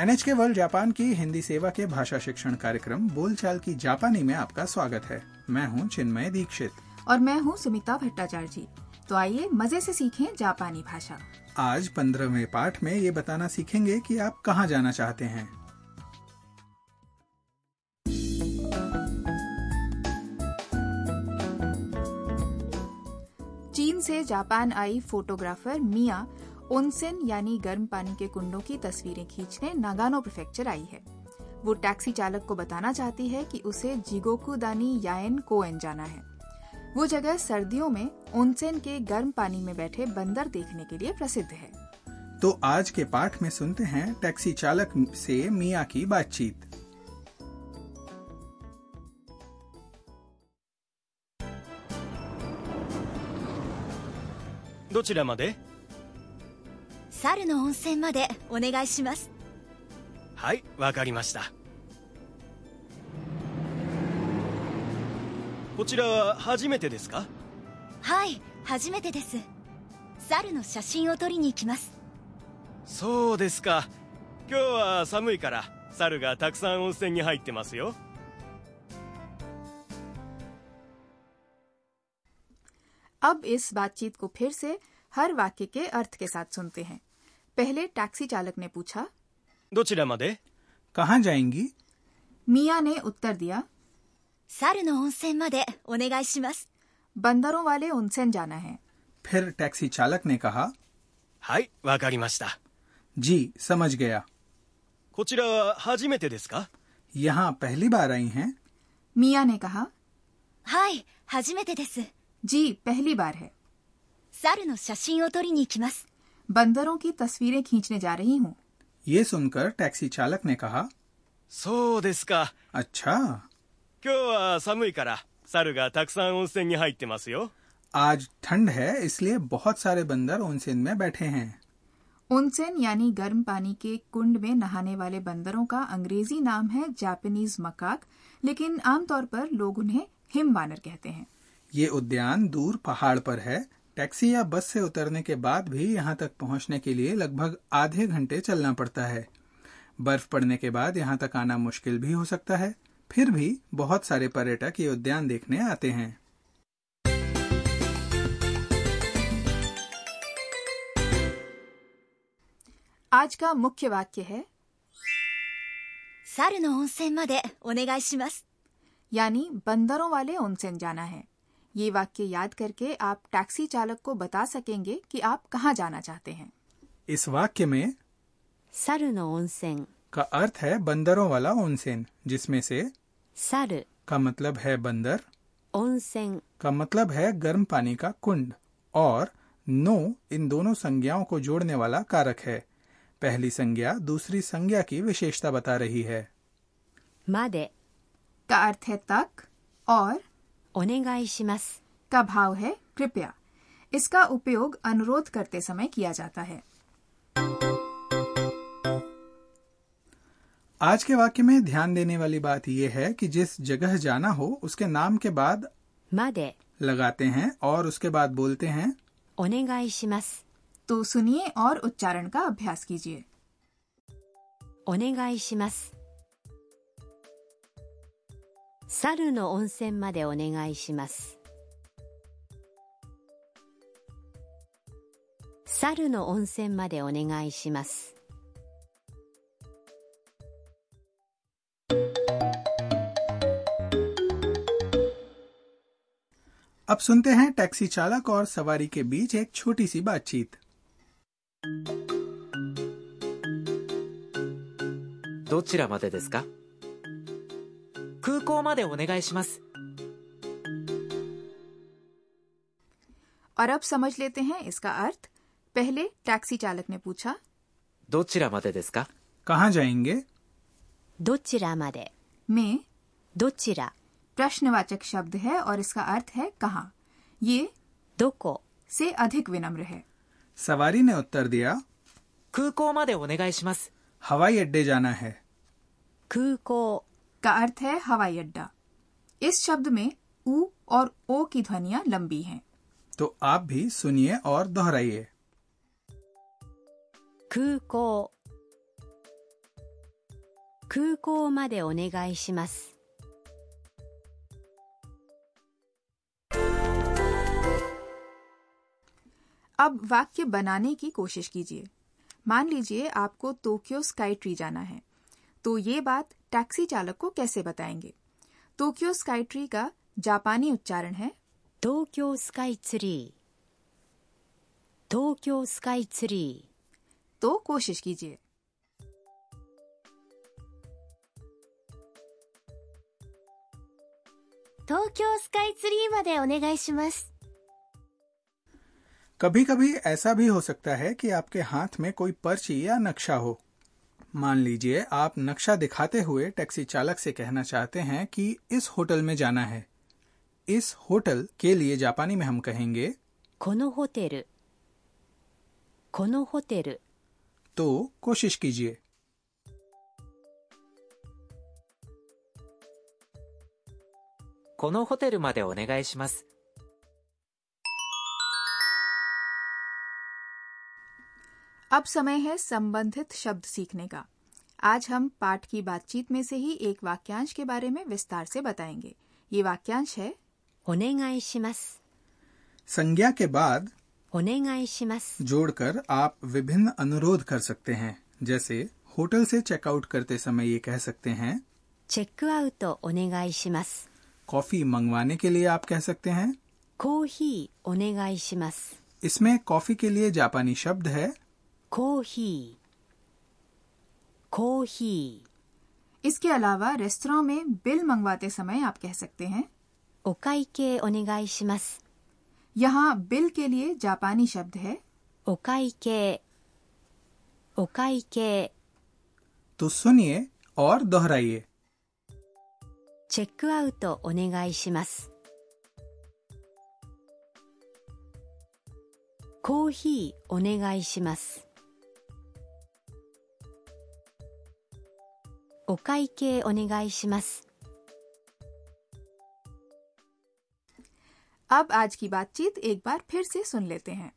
NHK world Japan की हिंदी सेवा के भाषा शिक्षण कार्यक्रम बोलचाल की जापानी में आपका स्वागत है मैं हूं चिन्मय दीक्षित और मैं हूँ सुमिता भट्टाचार्य जी तो आइए मजे से सीखें जापानी भाषा आज पंद्रहवें पाठ में ये बताना सीखेंगे कि आप कहाँ जाना चाहते हैं चीन से जापान आई फोटोग्राफर मिया ओनसेन यानी गर्म पानी के कुंडों की तस्वीरें खींचने नागानो प्रिफेक्चर आई है वो टैक्सी चालक को बताना चाहती है कि उसे जिगोकुदानी याएन कोएन जाना है वो जगह सर्दियों में ओनसेन के गर्म पानी में बैठे बंदर देखने के लिए प्रसिद्ध है तो आज के पाठ में सुनते हैं टैक्सी चालक से मिया की बातचीत どちらまで猿の温泉までお願いしますはいわかりましたこちらは初めてですかはい初めてです猿の写真を撮りに行きますそうですか今日は寒いから猿がたくさん温泉に入ってますよ अब इस बातचीत को फिर से हर वाक्य के अर्थ के साथ सुनते हैं पहले टैक्सी चालक ने पूछा どちらまで कहाँ जाएंगी मिया ने उत्तर दिया 猿の温泉までお願いします बंदरों वाले उनसेन जाना है फिर टैक्सी चालक ने कहा はいわかりました जी समझ गया こちらは初めてですか यहाँ पहली बार आई हैं मिया ने कहा はい初めてです जी पहली बार है 猿の写真を撮りに行きます बंदरों की तस्वीरें खींचने जा रही हूँ ये सुनकर टैक्सी चालक ने कहा そうですか अच्छा 今日は寒いから猿がたくさん温泉に入ってますよ आज ठंड है इसलिए बहुत सारे बंदर ओनसेन में बैठे हैं उनसेन यानी गर्म पानी के कुंड में नहाने वाले बंदरों का अंग्रेजी नाम है जापानीज मकाक लेकिन आमतौर पर लोग उन्हें हिम बानर कहते हैं ये उद्यान दूर पहाड़ पर है टैक्सी या बस से उतरने के बाद भी यहाँ तक पहुँचने के लिए लगभग आधे घंटे चलना पड़ता है बर्फ पड़ने के बाद यहाँ तक आना मुश्किल भी हो सकता है फिर भी बहुत सारे पर्यटक ये उद्यान देखने आते हैं आज का मुख्य वाक्य है 猿の温泉までお願いします यानी बंदरों वाले उनसेन जाना है ये वाक्य याद करके आप टैक्सी चालक को बता सकेंगे कि आप कहाँ जाना चाहते हैं इस वाक्य में 猿の温泉 का अर्थ है बंदरों वाला ओनसेन जिसमें से 猿 का मतलब है बंदर 温泉 का मतलब है गर्म पानी का कुंड और नो इन दोनों संज्ञाओं को जोड़ने वाला कारक है पहली संज्ञा दूसरी संज्ञा की विशेषता बता रही है まで का अर्थ है तक और お願いします का भाव है कृपया इसका उपयोग अनुरोध करते समय किया जाता है आज के वाक्य में ध्यान देने वाली बात यह है कि जिस जगह जाना हो उसके नाम के बाद まで लगाते हैं और उसके बाद बोलते हैं お願いします तो सुनिए और उच्चारण का अभ्यास कीजिए お願いします猿の温泉までお願いします猿の温泉までお願いします अब सुनते हैं टैक्सी चालक और सवारी के बीच एक छोटी सी बातचीत どちらまでですか空港までお願いします。 और अब समझ लेते हैं इसका अर्थ पहले टैक्सी चालक ने पूछा どちらまでですか कहाँ जाएंगे どちらまで में どちら प्रश्नवाचक शब्द है और इसका अर्थ है कहाँ ये どこ से अधिक विनम्र है सवारी ने उत्तर दिया 空港までお願いします。 हवाई अड्डे जाना है 空港 का अर्थ है हवाई अड्डा इस शब्द में ऊ और ओ की ध्वनियां लंबी हैं तो आप भी सुनिए और दोहराइए 空港空港までお願いします。 अब वाक्य बनाने की कोशिश कीजिए मान लीजिए आपको टोक्यो स्काई ट्री जाना है तो ये बात टैक्सी चालक को कैसे बताएंगे टोक्यो स्काई ट्री का जापानी उच्चारण है 東京スカイツリー。東京スカイツリー。 तो कोशिश कीजिए 東京スカイツリーまでお願いします。 कभी कभी ऐसा भी हो सकता है कि आपके हाथ में कोई पर्ची या नक्शा हो मान लीजिए आप नक्शा दिखाते हुए टैक्सी चालक से कहना चाहते हैं कि इस होटल में जाना है इस होटल के लिए जापानी में हम कहेंगे このホテル。このホテル。 तो कोशिश कीजिए このホテルまでお願いします。 अब समय है संबंधित शब्द सीखने का आज हम पाठ की बातचीत में से ही एक वाक्यांश के बारे में विस्तार से बताएंगे ये वाक्यांश है お願いします。 संज्ञा के बाद お願いします。 जोड़कर आप विभिन्न अनुरोध कर सकते हैं जैसे होटल से चेकआउट करते समय ये कह सकते हैं チェックアウトお願いします。 कॉफी मंगवाने के लिए आप कह सकते हैं コーヒーお願いします。 इसमें कॉफी के लिए जापानी शब्द है コーヒー。コーヒー。 इसके अलावा रेस्तरा में बिल मंगवाते समय आप कह सकते हैं お会計お願いします。 यहाँ बिल के लिए जापानी शब्द है お会計。お会計。 तो सुनिए और दोहराइए チェックアウトお願いします。コーヒーお願いします。お会計お願いします。 अब आज की बातचीत एक बार फिर से सुन लेते हैं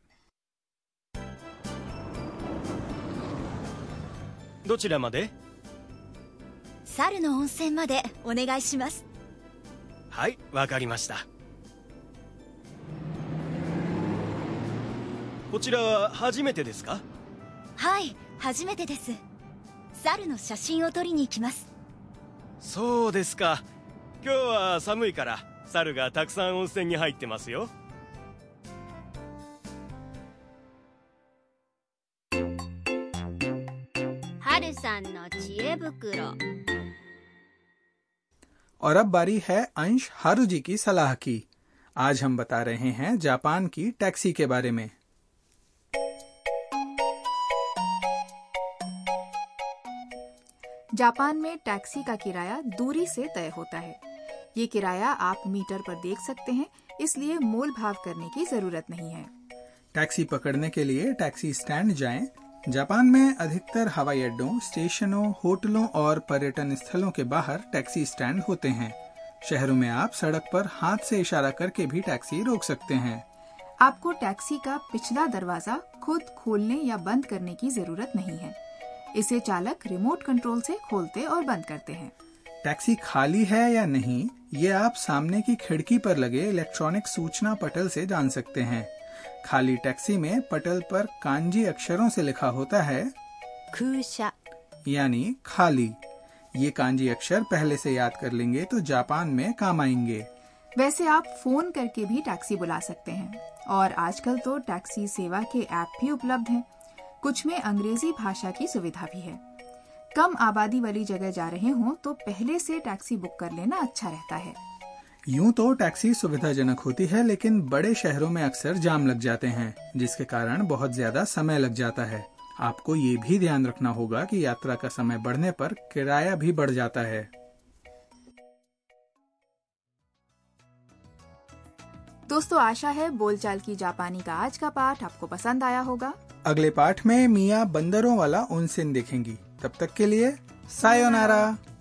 どちらまで猿の温泉までお願いします。はいわかりましたこちらは初めてですかはい、初めてです。猿の写真を撮りに行きます。そうですか今日は寒いから猿がたくさん温泉に入ってますよ春さんの知恵袋 और अब बारी है अंश हारू जी की सलाह की आज हम बता रहे हैं जापान की टैक्सी के बारे में जापान में टैक्सी का किराया दूरी से तय होता है ये किराया आप मीटर पर देख सकते हैं इसलिए मोल भाव करने की जरूरत नहीं है टैक्सी पकड़ने के लिए टैक्सी स्टैंड जाएं। जापान में अधिकतर हवाई अड्डों स्टेशनों होटलों और पर्यटन स्थलों के बाहर टैक्सी स्टैंड होते हैं शहरों में आप सड़क पर हाथ से इशारा करके भी टैक्सी रोक सकते हैं आपको टैक्सी का पिछला दरवाजा खुद खोलने या बंद करने की जरूरत नहीं है इसे चालक रिमोट कंट्रोल से खोलते और बंद करते हैं टैक्सी खाली है या नहीं ये आप सामने की खिड़की पर लगे इलेक्ट्रॉनिक सूचना पटल से जान सकते हैं खाली टैक्सी में पटल पर कांजी अक्षरों से लिखा होता है 空車、 यानी खाली ये कांजी अक्षर पहले से याद कर लेंगे तो जापान में काम आएंगे वैसे आप फोन करके भी टैक्सी बुला सकते हैं और आजकल तो टैक्सी सेवा के ऐप भी उपलब्ध हैं कुछ में अंग्रेजी भाषा की सुविधा भी है कम आबादी वाली जगह जा रहे हों तो पहले से टैक्सी बुक कर लेना अच्छा रहता है यूं तो टैक्सी सुविधाजनक होती है लेकिन बड़े शहरों में अक्सर जाम लग जाते हैं जिसके कारण बहुत ज्यादा समय लग जाता है आपको ये भी ध्यान रखना होगा कि यात्रा का समय बढ़ने पर किराया भी बढ़ जाता है दोस्तों आशा है बोलचाल की जापानी का आज का पाठ आपको पसंद आया होगा अगले पाठ में मियाँ बंदरों वाला उनसिन देखेंगी तब तक के लिए सायोनारा